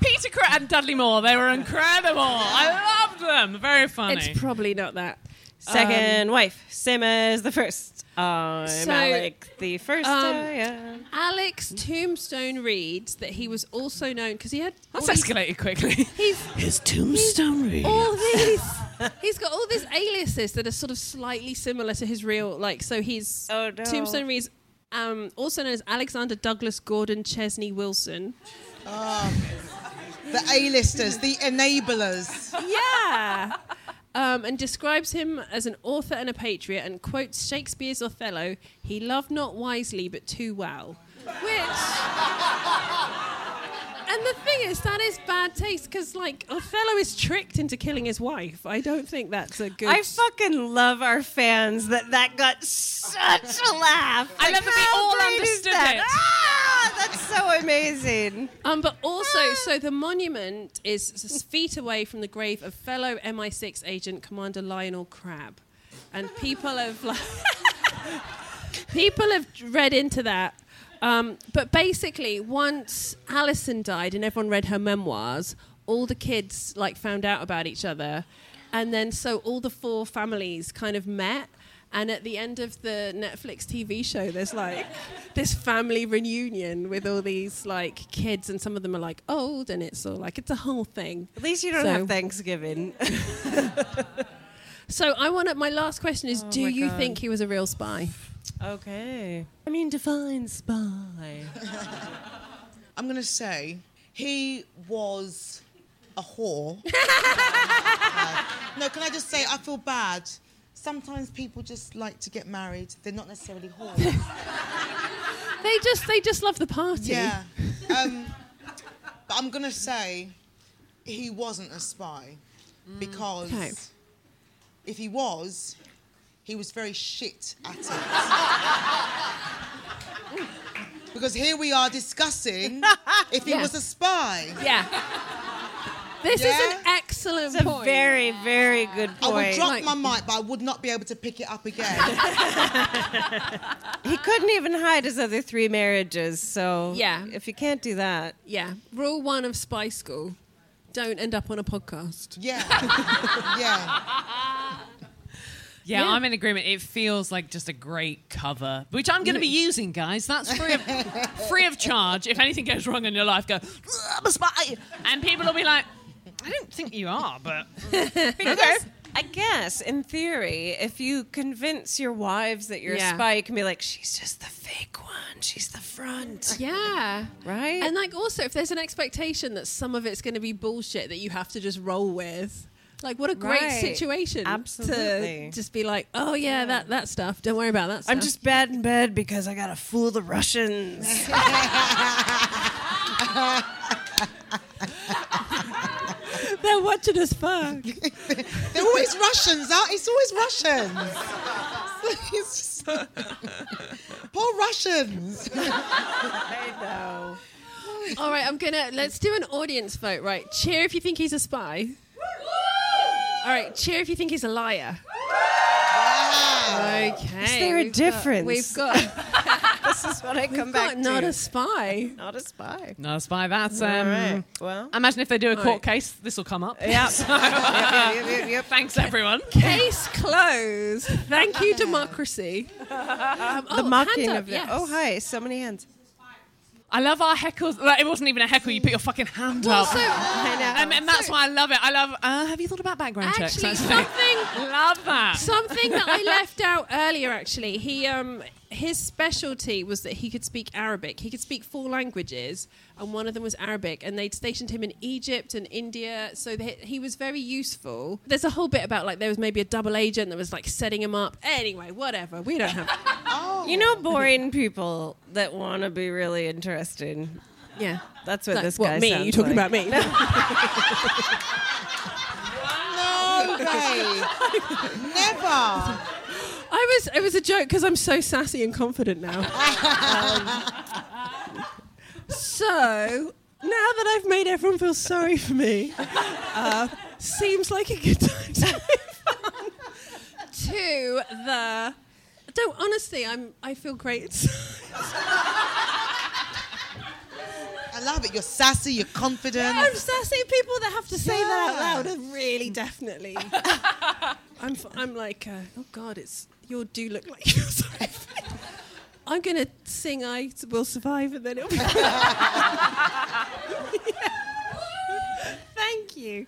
Peter Crook and Dudley Moore. They were incredible. I loved them. Very funny. It's probably not that. second Um, wife, same as the first. I'm So, Alec the first. um, I am. Alex Tombstone reads that he was also known because he had. That's all these- escalated quickly. He's his tombstone reads. all these. he's got all these aliases that are sort of slightly similar to his real. Like, so he's no. Tombstone reads. Um, also known as Alexander Douglas Gordon Chesney Wilson. The A-listers, the enablers. yeah. Um, and describes him as an author and a patriot and quotes Shakespeare's Othello, he loved not wisely but too well. And the thing is, that is bad taste because, like, Othello is tricked into killing his wife. I don't think that's a good. I fucking love our fans that that got such a laugh. I love that we all understood it. Ah, that's so amazing. Um, but also, so the monument is s- feet away from the grave of fellow MI6 agent Commander Lionel Crabb, and people have like, people have read into that. Um, but basically, once Alison died and everyone read her memoirs, all the kids like found out about each other, and then so all the four families kind of met. And at the end of the Netflix TV show, there's like this family reunion with all these like kids, and some of them are like old, and it's all like it's a whole thing. At least you don't So- have Thanksgiving. So I want to, Oh my last question is: Do my you God. think he was a real spy? okay. I mean, define spy. I'm going to say he was a whore. Uh, no, can I just say I feel bad. Sometimes people just like to get married. They're not necessarily whores. They just they just love the party. yeah. Um, but I'm going to say he wasn't a spy because Okay. if he was, he was very shit at it. because here we are discussing if he Yeah. was a spy. Yeah. This is Yeah? an excellent It's a point. very, very good I would drop Like- my mic, but I would not be able to pick it up again. He couldn't even hide his other three marriages, so Yeah. If you can't do that, Yeah. Rule one of Spy School don't end up on a podcast. Yeah. yeah. Yeah, I'm in agreement. It feels like just a great cover, which I'm going to be using, guys. That's free of, free of charge. If anything goes wrong in your life, go, I'm a spy. And people will be like, I don't think you are, but. Because I guess, in theory, if you convince your wives that you're Yeah. a spy, you can be like, she's just the fake one. She's the front. Yeah. Right? And like also if there's an expectation that some of it's going to be bullshit that you have to just roll with. Like what a great Right. situation Absolutely. to just be like, "Oh yeah, that that stuff. Don't worry about that stuff." I'm just bad in bed because I gotta fool the Russians. They're watching us fuck. They're always Russians, out. It's always Russians. It's just- Poor Russians. I know. All right, I'm going to let's do an audience vote, right? Cheer if you think he's a spy. All right, cheer if you think he's a liar. Okay. Is there a we've got- difference? we've got this is what I we've come got back not to. a spy. Not a spy. Not a spy, that's. Um, All right, well. imagine if they do a All court right. case, this will come up. Yeah. So, Yep, yep, yep, yep. Thanks, everyone. Case closed. Thank you, democracy. Um, oh, the mocking hand up, of it. yes. Oh, hi. So many hands. I love our heckles. Like, it wasn't even a heckle. You put your fucking hand Well, up. so- I know. Um, and that's why I love it. I love. Uh, have you thought about background checks? Actually, actually? something love that. Something that I left out earlier. Actually, he um his specialty was that he could speak Arabic. He could speak four languages, and one of them was Arabic. And they'd stationed him in Egypt and India, so that he was very useful. There's a whole bit about like there was maybe a double agent that was like setting him up. Anyway, whatever. We don't have. Oh, You know, boring people that want to be really interesting. Yeah, that's what Like, this what, guy me? sounds You talking like. about me? No way. Never. I was it was a joke because I'm so sassy and confident now. Um, so now that I've made everyone feel sorry for me, uh, seems like a good time to move on to the. Don't honestly, I'm I feel great. I love it. You're sassy. You're confident. I'm sassy. People that have to say that Yeah. out loud are really definitely. I'm, f- I'm like, uh, oh God, it's you do look like you're sorry. I'm gonna sing "I Will Survive" and then it'll be. Yeah. Thank you.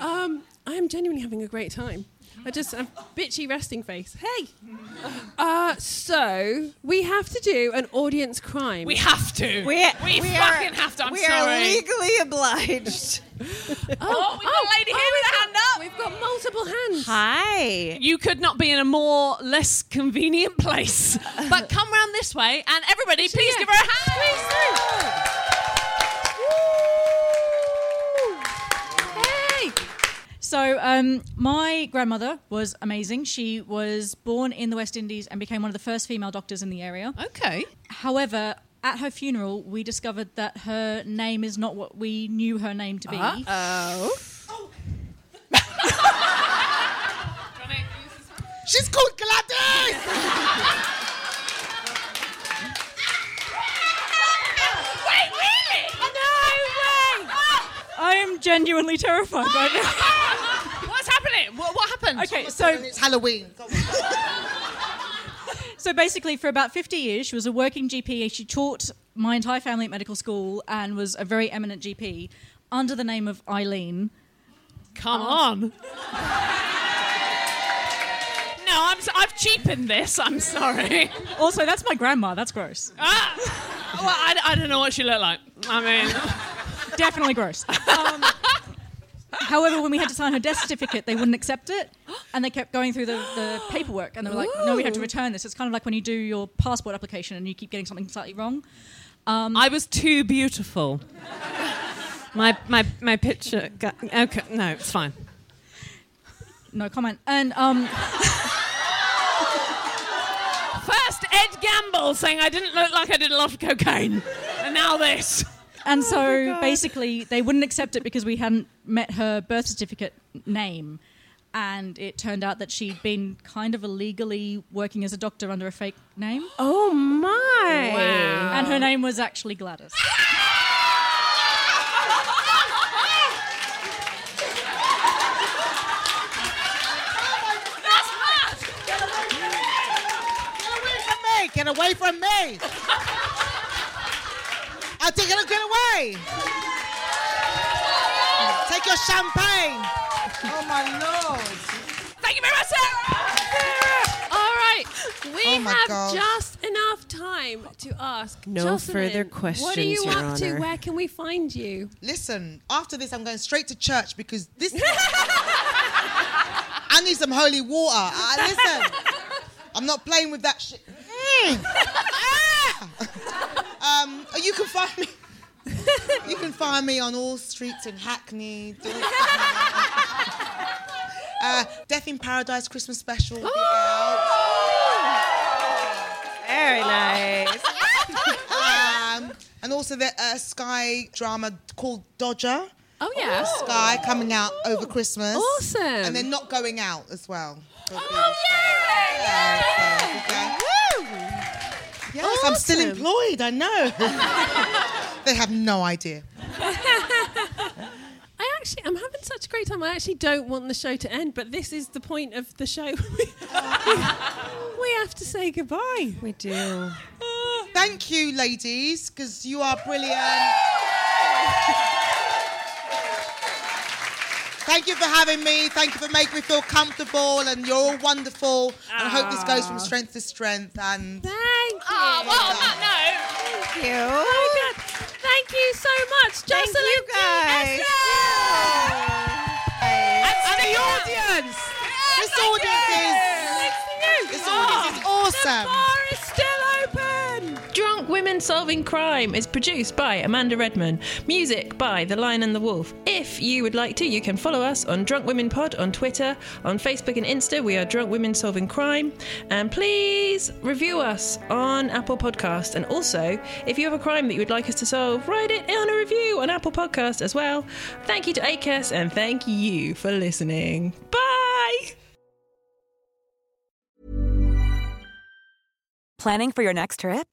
Um, I'm genuinely having a great time. I just have bitchy resting face. Hey. Uh, so we have to do an audience crime. We have to. We, fucking have to. I'm we sorry. are legally obliged. oh, we've oh, got a lady here with a hand up. Oh, We've got multiple hands. Hi. You could not be in a more less convenient place. but come round this way, and everybody, please give her a hand. Hey! So, um, my grandmother was amazing. She was born in the West Indies and became one of the first female doctors in the area. Okay. However, at her funeral, we discovered that her name is not what we knew her name to be. Uh-huh. Uh-oh. She's called Gladys. Wait, really? No way! I am genuinely terrified right now. What's happening? What, what happened? Okay, so It's Halloween. So basically, for about 50 years, she was a working GP. She taught my entire family at medical school and was a very eminent GP under the name of Eileen. Come on. No, I'm. So, I've cheapened this. I'm sorry. Also, that's my grandma. That's gross. Ah. Well, I, I don't know what she looked like. I mean, Definitely gross. Um, however, when we had to sign her death certificate, they wouldn't accept it. And they kept going through the, the paperwork and they were like, no, we have to Ooh. return this. It's kind of like when you do your passport application and you keep getting something slightly wrong. Um, I was too beautiful. my my my picture. Got, okay, no, it's fine. no comment. And um, First, Ed Gamble saying I didn't look like I did a lot of cocaine, and now this. And so basically, they wouldn't accept it because we hadn't met her birth certificate name. And it turned out that she'd been kind of illegally working as a doctor under a fake name. Oh my! Wow. And her name was actually Gladys. That's it away from me. I take it, get away. Take your champagne. Oh my lord. Thank you very much, Sarah. All right, we Oh my have God. just enough time to ask. No Jocelyn, further What are questions, you Your up to? Honor. Where can we find you? Listen, after this, I'm going straight to church because this. I need some holy water. I, listen, I'm not playing with that shit. Mm. Ah! um, you can find me. You can find me on all streets in Hackney. Dorset. uh, Death in Paradise Christmas special. will be out. Very nice. um, and also the uh, Sky drama called Dodger. Oh yeah. Sky coming out over Christmas. Awesome. Oh, And they're not going out as well. Yes, I'm still Awesome. employed. I know. they have no idea. I actually, I'm having such a great time. I actually don't want the show to end, but this is the point of the show. we have to say goodbye. We do. Thank you, ladies, because you are brilliant. Thank you for having me. Thank you for making me feel comfortable, and you're all wonderful. And I hope this goes from strength to strength. And thank you. Ah. Oh, well, on that note, Thank you. Oh, good. Thank you so much, Jocelyn. you, guys. And, And the audience. This audience is. This Oh. audience is awesome. The bar is still open. Drunk Women Solving Crime is produced by Amanda Redman. Music by The Lion and the Wolf. If you would like to, you can follow us on Drunk Women Pod on Twitter, on Facebook and Insta. We are Drunk Women Solving Crime. And please review us on Apple Podcast. And also, if you have a crime that you would like us to solve, write it on a review on Apple Podcast as well. Thank you to ACAS and thank you for listening. Bye! Planning for your next trip?